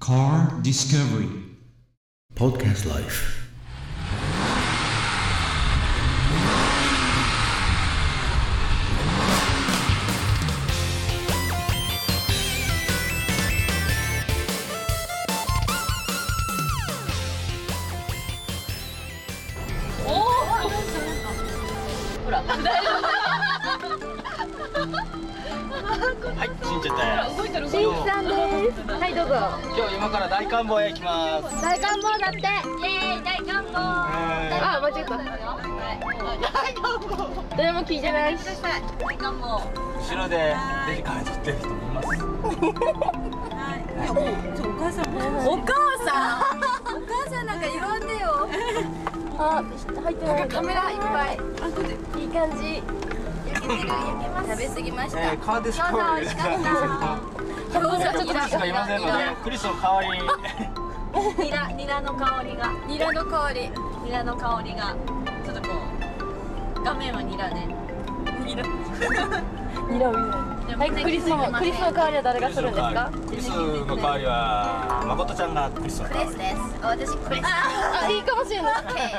Car Discovery Podcast Life. はい、死んじゃったよ。動いてるしんいちさんです。はい、どうぞ。今日今から大観望へ行きます。大観望だって。イエーイ、大観望。あ、間違えた。誰も聞いてないし。後ろでデリカー撮ってる人もいます。お母さんお母さんなんか言わんでよあ、入ってない。カメラいっぱいいい感じ。焼けてる焼けます食べ過ぎましえたー、カーディスカカーバデリィスーカカバリー餃子ちょっクとリスがいませんので、クリスの代わりに ニラニラの香りがニラの香りニラの香りがちょっとこう画面はニラねニラニラを見ない。はい、クリスの、クリスの代わりは誰がするんですか。クリスの代わりは、まことちゃんがクリスの代わり。です私これあ、いいかもしれない。